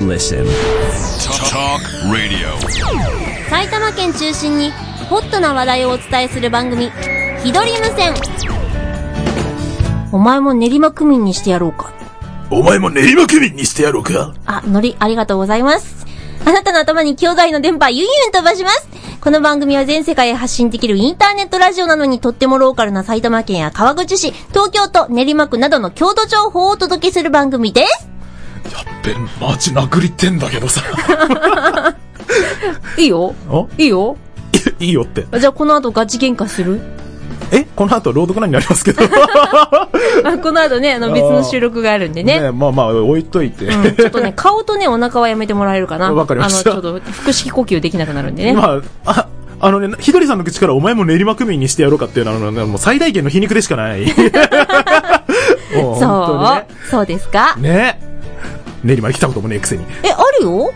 Listen. Talk, talk radio. 埼玉県中心にホットな話題をお伝えする番組「ひどり無線」お前も練馬区民にしてやろうかお前も練馬区民にしてやろうかあ、ノリ、ありがとうございます。あなたの頭に兄弟の電波、ユンユン飛ばします。この番組は全世界へ発信できるインターネットラジオなのにとってもローカルな埼玉県や川口市、東京都、練馬区などの郷土情報をお届けする番組です。やっべ、マジ殴りてんだけどさ。いいよ。 おいいよ。いいよって。じゃあこの後ガチ喧嘩するえこの後、朗読なんになりますけど。 あこの後ね、あの別の収録があるんでね。 ねまあまあ、置いといて。うんちょっと ね、顔とね、お腹はやめてもらえるかな。わかりましたあの、ちょっと、腹式呼吸できなくなるんでね。まあ、あ、あのね、ひどりさんの口からお前も練馬区民にしてやろうかっていうのは、あのねもう最大限の皮肉でし かない。もうそ本う、そうですか当。にね。ね。練馬来たこともねえくせに。え、あるよ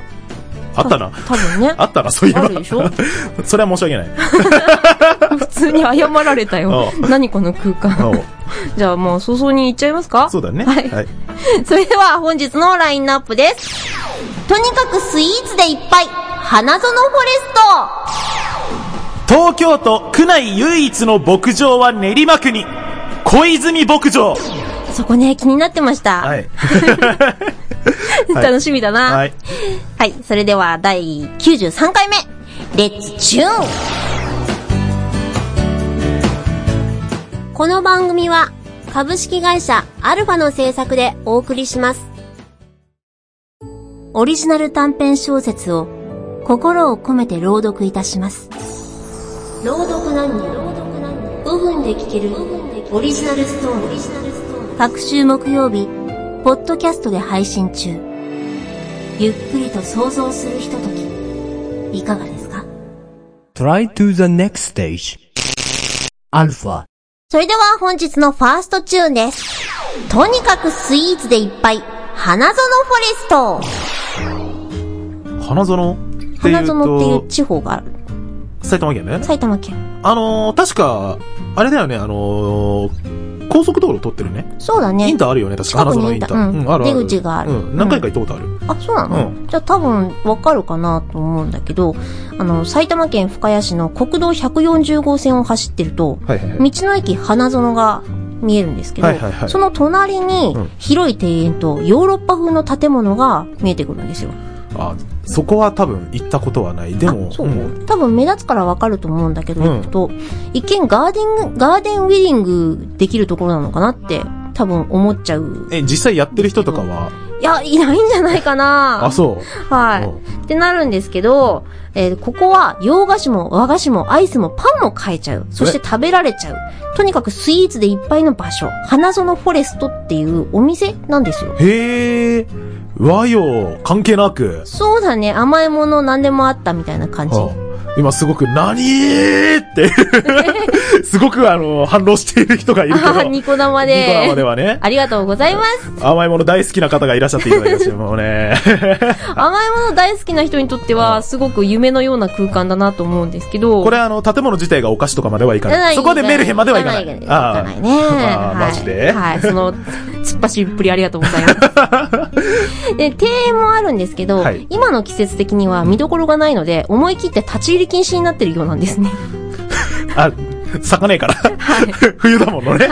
あったな。多分ね。あったな、そういえば。あるでしょ それは申し訳ない。 普通に謝られたよう。何この空間。おうじゃあもう早々に行っちゃいますかそうだね。はい。はい。それでは本日のラインナップです。とにかくスイーツでいっぱい花園フォレス東京都区内唯一の牧場は練馬区に、小泉牧場。トそこね、気になってました。 はい。はい 楽しみだな。はい。はい、それでは第93回目、レッツチューンこの番組は、株式会社アルファの制作でお送りします。オリジナル短編小説を心を込めて朗読いたします。朗読何人 ?5 分で聞けるオリジナルストーリー。各週木曜日、ポッドキャストで配信中。ゆっくりと想像するひととき、いかがですか Try to the next stage. Alpha. それでは本日のファーストチューンです。とにかくスイーツでいっぱい、花園フォレス花園トってい花う園っていうと、地方がある。埼玉県だよね。埼玉県。あのー、確か、あれだよね、あのー、高速道路通ってるね。そうだね。インターあるよね、確か。近く花に園インター。インターうんあるある。出口があるうん。何回か行ったことある。あ、そうなの、うじゃあ多分わかるかなと思うんだけど、あの、埼玉県深谷市の国道140号線を走ってると、はいはいはい。道の駅花園が見えるんですけど、はいはいはいその隣にうん広い庭園とヨーロッパ風の建物が見えてくるんですよ。あ、そこは多分行ったことはない。でも、あそうん多分目立つからわかると思うんだけど、うんと一見ガーデング、ガーデンウェディングできるところなのかなって、多分思っちゃう。え、実際やってる人とかは、いや、いないんじゃないかなあ、そう。はうい。ってなるんですけど、えーここは洋菓子も和菓子もアイスもパンも買えちゃう。そして食べられちゃう。とにかくスイーツでいっぱいの場所。花園フォレストっていうお店なんですよ。へえ、和洋関係なく。そうだね。甘いもの何でもあったみたいな感じ。あ今すごく、何ーって、 すごくあの、反応している人がいるけど。あーニコ生で。ニコ生ではね ありがとうございます。甘いもの大好きな方がいらっしゃっていただきまして、も うね。甘いもの大好きな人にとっては、すごく夢のような空間だなと思うんですけど。これあの、建物自体がお菓子とかまではいかない。そこでメルヘンまではいかない。いかないね。あーはいマジではい。そ の、突っ走りっぷりありがとうござい ます。で、庭園もあるんですけど、はい今の季節的には見どころがないので、思い切って立ち入り禁止になってるようなんですね。あ、咲かねえから。 冬だものね。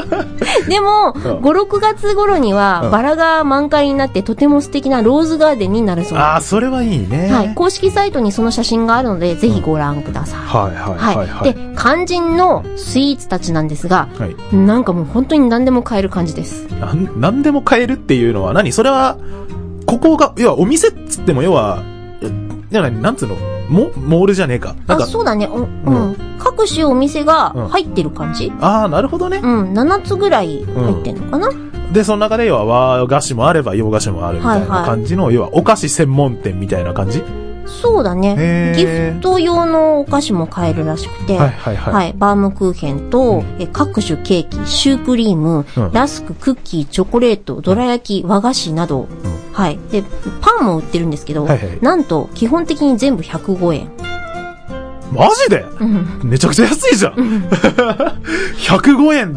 でも、5、ん6月頃には、んバラが満開になって、とても素敵なローズガーデンになるそう あであ、それはいいね。す。はい。公式サイトにその写真があるので、ぜひご覧ください。はいはいはいはでい。、肝心のスイーツたちなんですが、はい。なんかもう本当に何でも買える感じです。なん、なんでも買えるっていうのは何それは、ここが、要はお店っつっても、要は、えななんつうのモモールじゃねえか。なんあ、か、そうだね。おうんん。各種お店がうん入ってる感じああ、なるほどねう。ん。7つぐらい入ってんのかな、で、その中で、要は和菓子もあれば洋菓子もあるみたいはいはない感じの、要はお菓子専門店みたいな感じそうだねへ。ーギフト用のお菓子も買えるらしくて。はいはいはい。はい。バームクーヘンと、え各種ケーキ、シュークリーム、うんラスク、クッキー、チョコレート、どら焼き、和菓子など、はい。で、パンも売ってるんですけど、はいはいなんと、基本的に全部105円。マジで うん。めちゃくちゃ安いじゃん 105円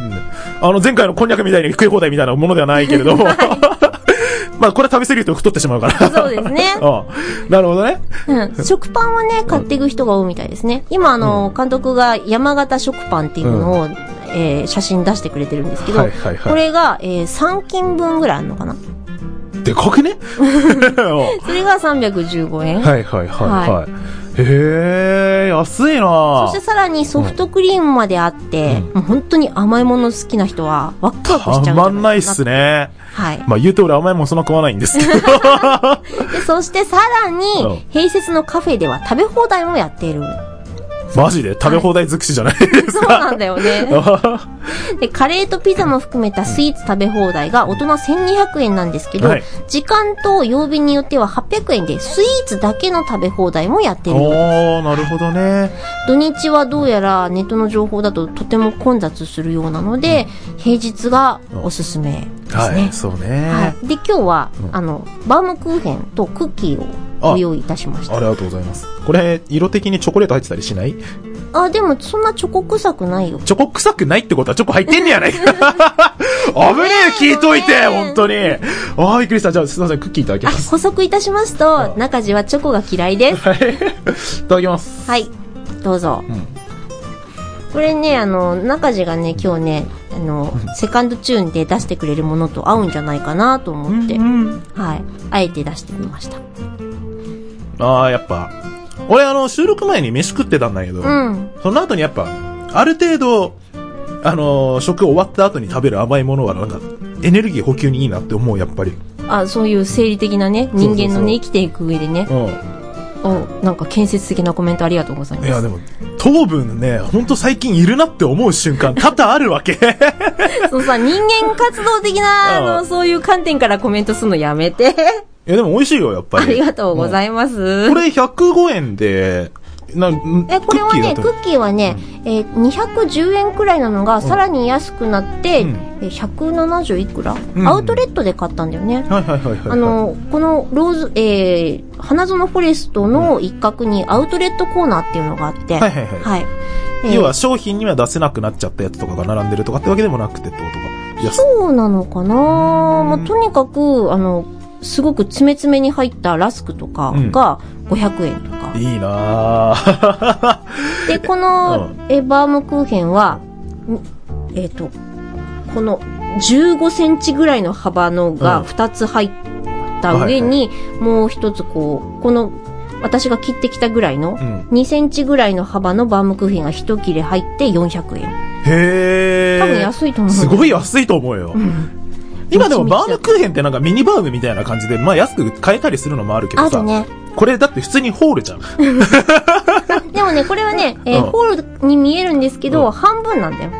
あの、前回のこんにゃくみたいに食い放題みたいなものではないけれども、 まあ、これ食べ過ぎると太ってしまうから。そうですね うん。なるほどね。 うん。食パンはね、買っていく人が多いみたいですね。今、あの、監督が山形食パンっていうのを、えー写真出してくれてるんですけど、はいはいはいこれが、えー3斤分ぐらいあるのかなでか くねうんそれが315円。はいはいはいはい。へえ、安いそなしてさらにソフトクリームまであって、もう本当に甘いもの好きな人はワクワクしちゃたうじゃかまんないっす。ね。はい。まあ言うと俺甘いもんそんな食わないんですけ ど。で、そしてさらうんに、併設のカフェでは食べ放題もやっている。マジで食べ放題尽くしじゃないですそうか。なんだよ ね。で、カレーとピザも含めたスイーツ食べ放題が大人1200円なんですけど、はい時間と曜日によっては800円でスイーツだけの食べ放題もやっている。おー、なるほどね。土日はどうやらネットの情報だととても混雑するようなので、平日がおすすめですね。はい、そうはね。い。で、今日は、あの、バウムクーヘンとクッキーをご用意いたしましあた。りがとうございます。これ、色的にチョコレート入ってたりしないあ、でもそんなチョコ臭くないよ。チョコ臭くないってことはチョコ入ってんねやな いか。危ねえ、聞いといて、本当に。ああ、びっくりした。じゃあ、すいません、クッキーいただきあ、ます。補足いたしますと、中地はチョコが嫌いです。はい。いただきます。はい。どうぞ。んこれね、あの、中地がね、今日ね、あの、セカンドチューンで出してくれるものと合うんじゃないかなと思って、はい。あえて出してみました。ああ、やっぱ。俺、あの、収録前に飯食ってたんだけど、うん。その後にやっぱ、ある程度、あのー食終わった後に食べる甘いものは、なんか、エネルギー補給にいいなって思う、やっぱり。あ、そういう生理的なね、人間のね、そうそうそう生きていく上でねう、ん。お、なんか建設的なコメントありがとうございます。いや、でも、糖分ね、ほんと最近いるなって思う瞬間、多々あるわ け。そうさ、人間活動的な、うん あの、そういう観点からコメントするのやめて。いや、でも美味しいよ、やっぱあり。りがとうございます。うんこれ105円で、な、んえ、これはね、ククッキーだとッキーはね、えー210円くらいなのが、さらに安くなって、うんえー170いくら、うんアウトレットで買ったんだよね。はいはいはいはい。あ、の、このローズ、えー、花園フォレストの一角にアウトレットコーナーっていうのがあって、はいはいはいはい。えー要は商品には出せなくなっちゃったやつとかが並んでるとかってわけでもなくてってことか。安いそうなのかなまあ、とにかく、あの、すごく詰め詰めに入ったラスクとかが500円とか。いいなぁ。で、この、うえ、バームクーヘンは、んえっ、と、この15センチぐらいの幅のうがん2つ入った上に、もう一つこう、この、私が切ってきたぐらいの、うん2センチぐらいの幅のバームクーヘンが1切れ入って400円。へ多分ー。安いと思う。すごい。い安いと思うよ。今でもバームクーヘンってなんかミニバームみたいな感じで、まあ安く買えたりするのもあるけあどさ。るね。これだって普通にホールじゃん。 でもね、これはね、えーうんホールに見えるんですけど、うん半分なんだよ。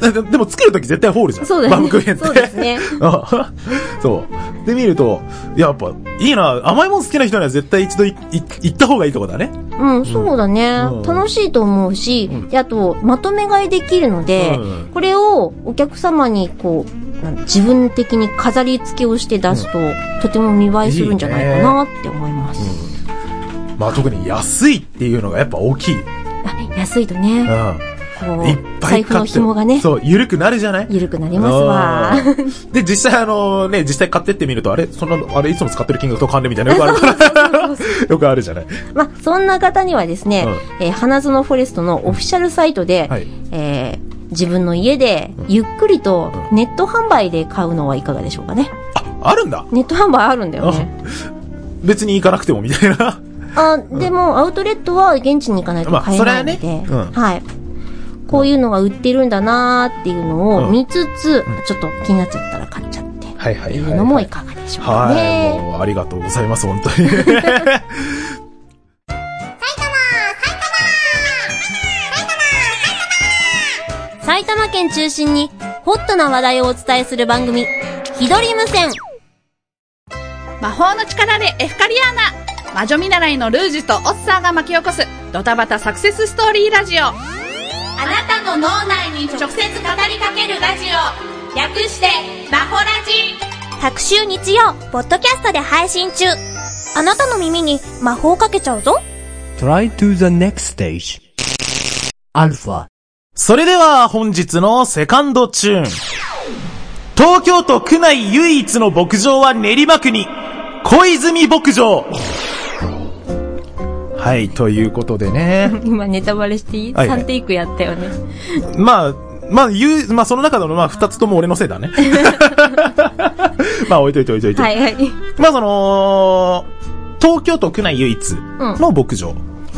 だでも作るとき絶対ホールじゃん。そうだよね。バームクーヘンって。そうですね。あ そう。で見ると、やっぱ、いいな、甘いもん好きな人には絶対一度いい行った方がいいとこだね。うん、そうだね、うん楽しいと思うし、であと、まとめ買いできるので、うんこれをお客様に、こう、なん自分的に飾り付けをして出すと、とても見栄えするんじゃないかなって思います。まあ特に安いっていうのがやっぱ大きい。うん。あ安いとね、こいっう、ぱい買財って布の紐がね、そう、緩くなるじゃない緩くなりますわ。 うんで、実際あのね、実際買ってってみると、あれそんな、あれいつも使ってる金額と関連み たいなよくあるから。 よくあるじゃない。まあ、そんな方にはですね、えー花園フォレストのオフィシャルサイトで、はいえー自分の家で、ゆっくりとネット販売で買うのはいかがでしょうかね。あ、あるんだ。ネット販売あるんだよね。別に行かなくてもみたいな。あ、でも、アウトレットは現地に行かないと買えないので、まあそれはねうんはい。こういうのが売ってるんだなーっていうのを見つつ、ちょっと気になっちゃったら買っちゃって、はいはいっていうのもいかがでしょうかはねい、。もうありがとうございます、本当に。 埼玉県中心に、ホットな話題をお伝えする番組、ひどり無線。魔法の力でエフカリアーナ魔女見習いのルージュとオッサーが巻き起こすドタバタサクセスストーリーラジオあなたの脳内に直接語りかけるラジオ略して魔法ラジ各週日曜、ポッドキャストで配信中。あなたの耳に魔法かけちゃうぞ。 Try to the next stage. Alpha. それでは本日のセカンドチューン。東京都区内唯一の牧場は練馬区に、小泉牧場はい、ということでね。今ネタバレしていい、はいはい ?3 テイクやったよね。 まあ、まあ、言う、まあ、その中の、まあ、二つとも俺のせいだ ね。まあ、置いといて置いといて。はいはい。まあ、その、東京都区内唯一の牧場。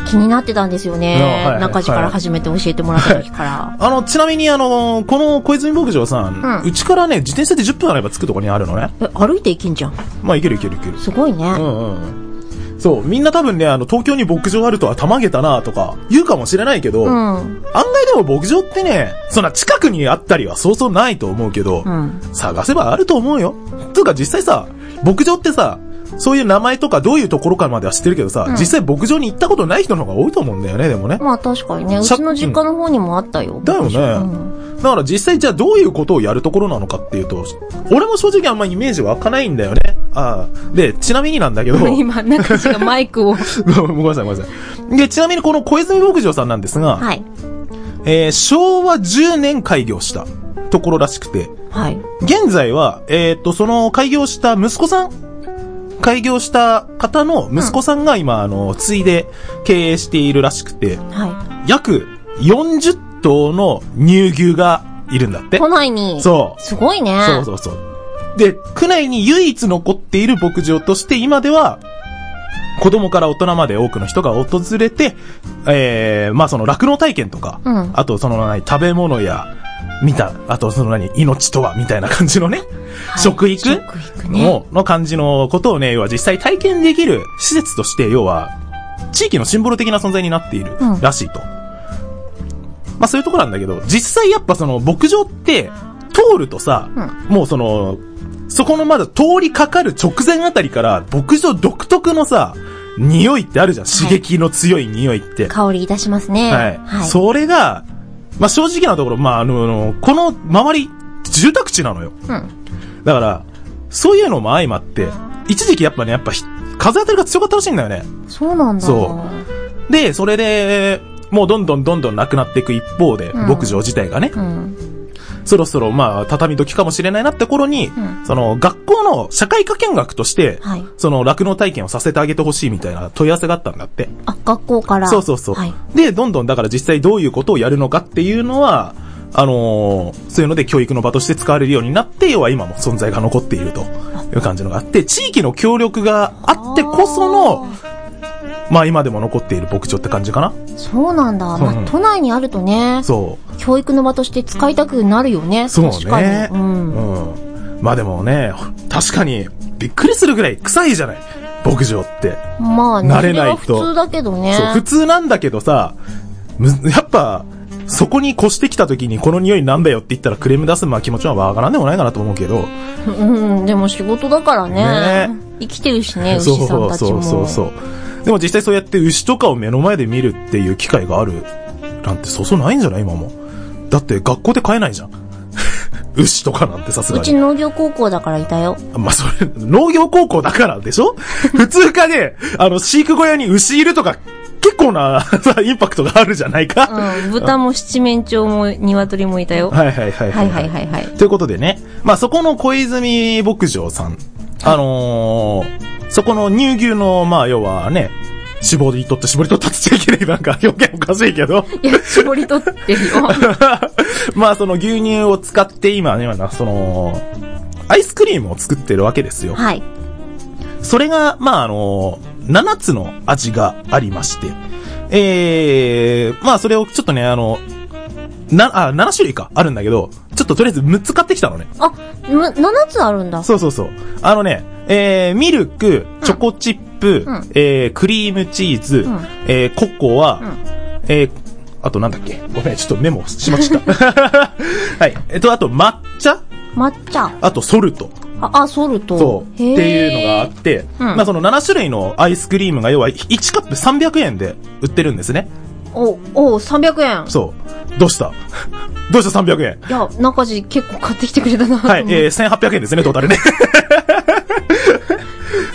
気になってたんですよね。あはいはい中地から始めて教えてもらった時 から。あの、ちなみに、あの、この小泉牧場さんう、んうち、からね、自転車で10分あれば着くとこにあるのね。え、歩いていけんじゃん。まあ、いけるいけるいける。すごいね。うんうんうん。そう、みんな多分ね、あの、東京に牧場あるとはたまげたなとか、言うかもしれないけど、う案ん。外でも牧場ってね、そんな近くにあったりはそうそうないと思うけど、うん。探せばあると思うよ。というか実際さ、牧場ってさ、そういう名前とかどういうところかまでは知ってるけどさ、実際牧場に行ったことない人の方が多いと思うんだよね、でもね。まあ確かにね、うさちの実家の方にもあったよ。だよね。だから実際じゃあどういうことをやるところなのかっていうと、俺も正直あんまイメージ湧かないんだよね。ああ。で、ちなみになんだけど、 うん 今、中地がマイクを。ごめんなさいごめんなさい。で、ちなみにこの小泉牧場さんなんですが、はい。えー昭和10年開業したところらしくて、はい。現在は、えーっと、その開業した息子さん、開業した方の息子さんが今、あの、継いで経営しているらしくて、は約40頭の乳牛がいるんだっい。て。都内に。そう。すごいね。そうそうそう。で、区内に唯一残っている牧場として今では、子供から大人まで多くの人が訪れて、えー、まあその酪農体験とか、うんあとその何、食べ物や、見た、あとその何、命とは、みたいな感じのね、食育食育ねのの感じのことをね、要は実際体験できる施設として、要は、地域のシンボル的な存在になっているうんらしいと。まあそういうところなんだけど、実際やっぱその牧場って、通るとさ、もうその、そこのまだ通りかかる直前あたりから、牧場独特のさ、匂いってあるじゃん。刺激の強い匂いって。香りいたしますね。はい。はい。それが、まあ、正直なところ、まあ、あの、あのこの周り、住宅地なのよ。うん。だから、そういうのも相まって、一時期やっぱね、やっぱひ、風当たりが強かったらしいんだよね。そうなんだ。そで、それで、もうどんどんどんどんなくなっていく一方で、ん牧場自体がね、うん。そろそろまあ、畳時かもしれないなって頃に、んその、学校の社会科見学として、はいその、酪農体験をさせてあげてほしいみたいな問い合わせがあったんだって。あ、学校から。そうそうそう。はい。で、どんどんだから実際どういうことをやるのかっていうのは、あのーそういうので教育の場として使われるようになって、要は今も存在が残っているという感じのがあって、地域の協力があってこその、まあ今でも残っている牧場って感じかな。そうなんだ。そうまなのあ、都内にあるとね、そう。教育の場として使いたくなるよね。そう確かね。に。うん。うん。まあでもね、確かにびっくりするぐらい臭いじゃない。牧場って。まあね、慣れないそとは普通だけどね。そう、普通なんだけどさ、むやっぱ、そこに越してきた時にこの匂いなんだよって言ったらクレーム出すまあ気持ちはわからんでもないかなと思うけど、うん、でも仕事だからね。ね生きてるしね、そう牛さんたちそも。うそうそう。でも実際そうやって牛とかを目の前で見るっていう機会があるなんてそうそうないんじゃない今も。だって学校で飼えないじゃん。 牛とかなんてさすがうちに。農業高校だからいたよ。まあ、それ、農業高校だからでしょ 普通かね、あの、飼育小屋に牛いるとか、結構な、 さインパクトがあるじゃないか。うん、豚も七面鳥も鶏もいたよ。ははいはいはいいはいはいはい。ということでね、まあ、そこの小泉牧場さん、あのー、そこの乳牛の、まあ、要はね、絞り取って絞り取ったって言っちゃいけない、なんか表現おかしい けど、いや、絞り取ってるよ。 まあ、その牛乳を使って今ね、今その、アイスクリームを作ってるわけですよ。はい。それが、まあ、あの、7つの味がありまして、えー、まあ、それをちょっとね、あの、な、あ、7種類か、あるんだけど、ちょっととりあえず6つ買ってきたのね。あ、む、7つあるんだ。そうそうそう。あのね、えー、ミルク、チョコチップ、うんえー、クリームチーズ、んえー、ココア、んえー、あとなんだっけごめん、ちょっとメモしました。 はい。えっと、あと抹茶抹茶。あとソルト。あ、あソルト。そう。ってへーいうのがあって、うんまあその7種類のアイスクリームが要は1カップ300円で売ってるんですね。お、お、300円。そう。どうした どうした300円いや、中地結構買ってきてくれたな。はい、えー、1800円ですね、トータルね。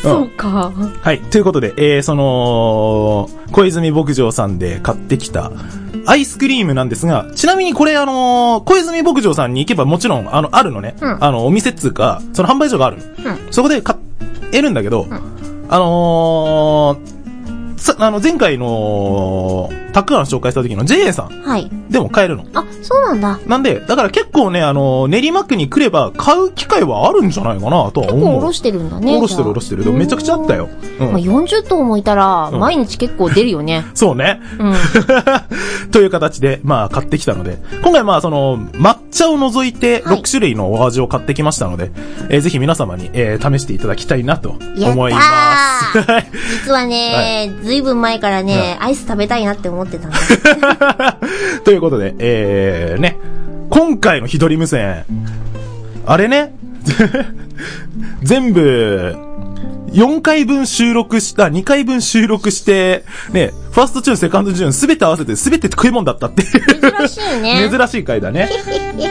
そうか。はい。ということで、えー、その、小泉牧場さんで買ってきた、アイスクリームなんですが、ちなみにこれあのー小泉牧場さんに行けばもちろん、あの、あるのね。うんあの、お店っつうか、その販売所があるの。んそこで買えるんだけど、あのーさ、あの、前回の、タックアン紹介した時の JA さんはい。でも買えるの。あ、そうなんだ。なんで、だから結構ね、あのー練馬区に来れば買う機会はあるんじゃないかなとは結思う。構おろしてるんだね。おろしてるおろししてる。でもめちゃくちゃあったよ。うん。まあ、40頭もいたら、うん毎日結構出るよ ね。そうね。 という形で、まあ、買ってきたので、今回まあ、その、抹茶を除いてはい6種類のお味を買ってきましたので、えーぜひ皆様に、えー試していただきたいなとやった思います。はい 実はね、ずいぶん前からね、アイス食べたいなって思ってたんだ。ということで、えー、ね、今回のひどり無線、あれね、 全部、4回分収録した、2回分収録して、ね、ファーストチューン、セカンドチューン、すべて合わせて、すべて食い物だったっていう。珍しいね。 珍しい回だね。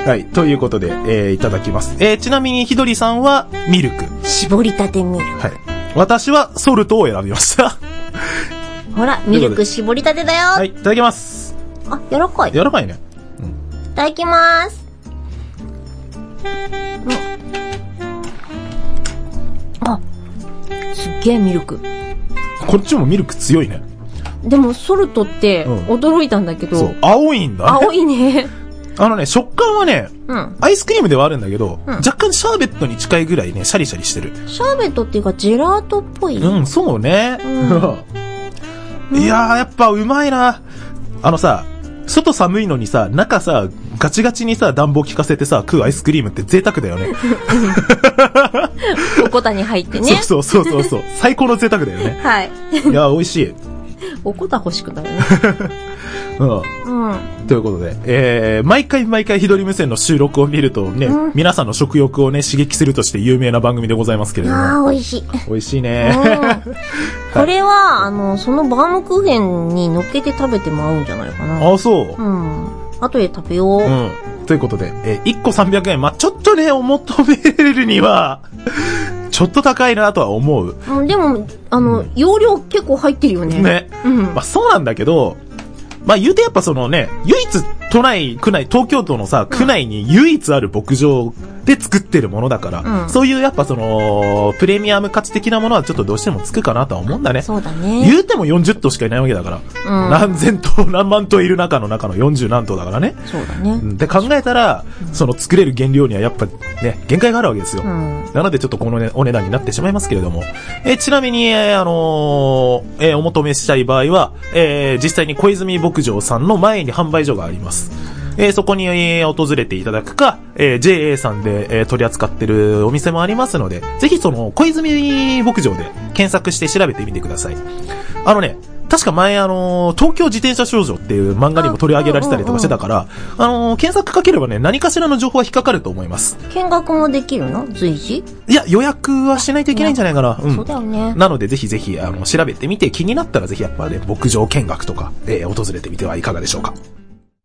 はい。ということで、えー、いただきます。えー、ちなみに、ひどりさんは、ミルク。絞りたてミルク。はい。私は、ソルトを選びました。ほら、ミルク絞りたてだよ。はい。いただきます。あ、柔らかい。い柔らかいね。ただきます。うんあ、すっげえミルク。こっちもミルク強いね。でも、ソルトって、うん驚いたんだけそどう、。青いんだね。青い ね。あのね、食感はね、うん。アイスクリームではあるんだけど、ん若干シャーベットに近いぐらいね、シャリシャリしてる。シャーベットっていうか、ジェラートっぽい。うん、そうね。いやー、やっぱうまいな。あのさ、外寒いのにさ、中さ、ガチガチにさ、暖房効かせてさ、食うアイスクリームって贅沢だよね。おこたに入ってね。そうそうそうそう そう。最高の贅沢だよね。はい。いやー、美味しい。うん。おこた欲しくなるね。うん。ということで、えー、毎回毎回ひどり無線の収録を見るとね、皆さんの食欲をね、刺激するとして有名な番組でございますけれども。あー、美味しい。 うん美味しいね。これは、あの、そのバームクーヘンに乗っけて食べても合うんじゃないかな。ああ、そうう。ん。後で食べよう。うん。ということで、えー1個300円。まあ、ちょっとね、お求めるには、ちょっと高いなとは思う。うん、でも、あの、容量結構入ってるよね。ね。うん。まあ、そうなんだけど、まあ、言うてやっぱそのね、唯一都内、区内、東京都のさ、区内に唯一ある牧場で作ってるものだから、うんそういうやっぱその、プレミアム価値的なものはちょっとどうしてもつくかなとは思うんだね。そうだね。言うても40頭しかいないわけだから、うん何千頭、何万頭いる中の中の40何頭だからね。そうだね。で考えたら、その作れる原料にはやっぱね、限界があるわけですよ。うん。なのでちょっとこのね、お値段になってしまいますけれども。えーちなみに、えーあのーえーお求めしたい場合は、えー実際に小泉牧場さんの前に販売所があります。えーそこに、えー訪れていただくか、えー JA さんで、えー取り扱ってるお店もありますので、ぜひその、小泉牧場で検索して調べてみてください。あのね、確か前あのー東京自転車少女っていう漫画にも取り上げられてたりとかしてたから、あのー検索かければね、何かしらの情報は引っかかると思います。見学もできるの随時、いや、予約はしないといけないんじゃないかな。うそうだよん。ね。なので、ぜひぜひ、あの、調べてみて、気になったらぜひやっぱね、牧場見学とか、えー訪れてみてはいかがでしょうか。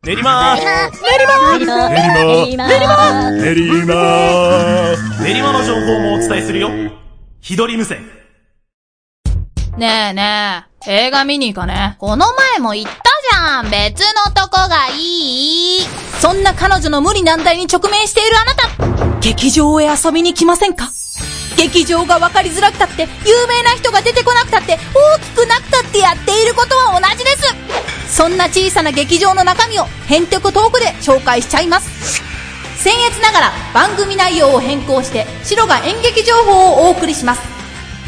練馬練馬練馬の情報もお伝えするよ。ひどり無線。ねえねえ、映画見に行かね。この前も言ったじゃん別のとこがいいそんな彼女の無理難題に直面しているあなた劇場へ遊びに来ませんか劇場が分かりづらくたって、有名な人が出てこなくたって、大きくなくたってやっていることは同じですそんな小さな劇場の中身を、変曲トークで紹介しちゃいます僭越ながら番組内容を変更して、白が演劇情報をお送りします。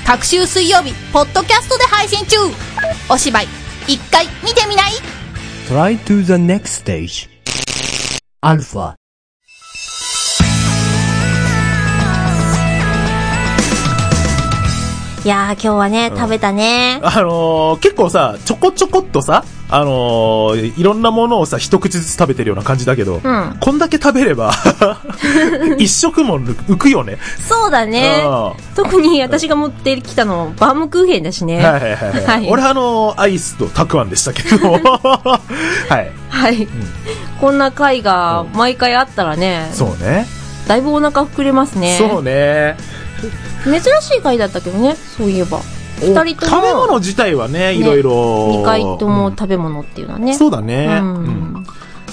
各週水曜日、ポッドキャストで配信中お芝居、一回見てみない Try to the next stage. Alpha. いやー、今日はね、食べたね。あのー結構さ、ちょこちょこっとさ、あのーいろんなものをさ、一口ずつ食べてるような感じだけど、んこんだけ食べれば、 一食も浮くよね。そうだねあ。特に私が持ってきたの、バームクーヘンだしね。はいはいはい。は、はいい俺あのーアイスとたくあんでしたけ ど、はい。はい。こんな回が毎回あったらね、そうね。だいぶお腹膨れますね。そうね。珍しい回だったけどね、そういえば。二人と食べも、物自体はね、いろいろ。二回とも食べ物っていうのはね。そうだね、ううんん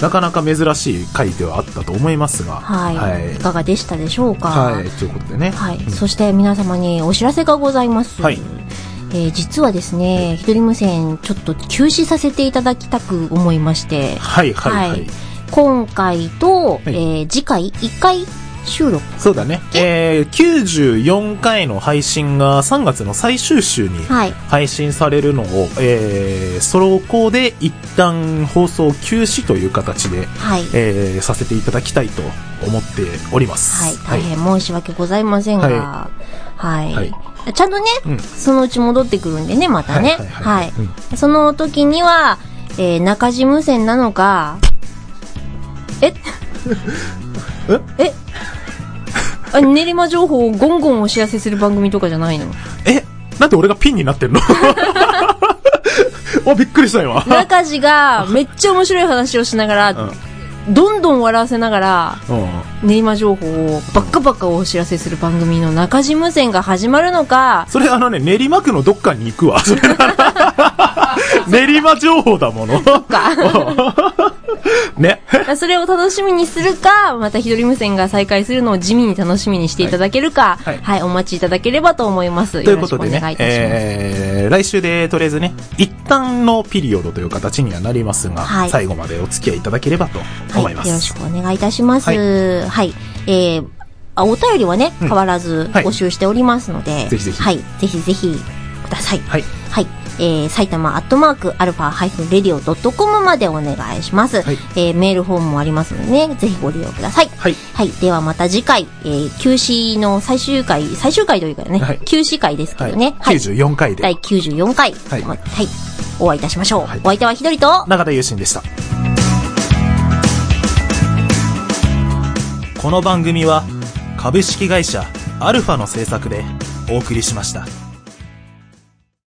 なかなか珍しい回ではあったと思いますが。はい、い。かがでしたでしょうか。はい。ということでね。はいそして皆様にお知らせがございます。はい。えー実はですね、一人無線ちょっと休止させていただきたく思いまして、はいはいはい今回と、えー次回1回収録。そうだね。えー、94回の配信が3月の最終週にはい配信されるのを、えー、そこで一旦放送休止という形で、はいえーさせていただきたいと思っております。大変申し訳ございませんが、はい。はいちゃんとね、うんそのうち戻ってくるんでね、またね。はいはい。その時には、えー中地無線なのか、 ええ えあ練馬情報をゴンゴンお知らせする番組とかじゃ ないのなんで俺がピンになってんの あ、びっくりした今。中地がめっちゃ面白い話をしながら、どんどん笑わせながら、うん。練馬情報をバッカバカお知らせする番組の中地無線が始まるのか、それあのね、練馬区のどっかに行くわ。それ練馬情報だもの。 ね。 それを楽しみにするか、また一人無線が再開するのを地味に楽しみにしていただけるか、はい、お待ちいただければと思います。ということでよろしくお願いねい、たします。えー、来週でとりあえずね、一旦のピリオドという形にはなりますが、はい最後までお付き合いいただければと思います。よろしくお願いいたします。はい、えーあお便りはね、変わらず募集しておりますので、はい、ぜひぜひはい、ぜひぜひください。はい。えー埼玉アットマークアルファハイフンレディオドットコムまでお願いします。えーメールフォームもありますのでね、ぜひご利用ください。はい。ではまた次回、えー休止の最終回、最終回というかね、休止回ですけどね。はい。 94回で。第94回。はい。お会いいたしましょう。お相手はひどりと、永田優心でした。この番組は、株式会社アルファの制作でお送りしました。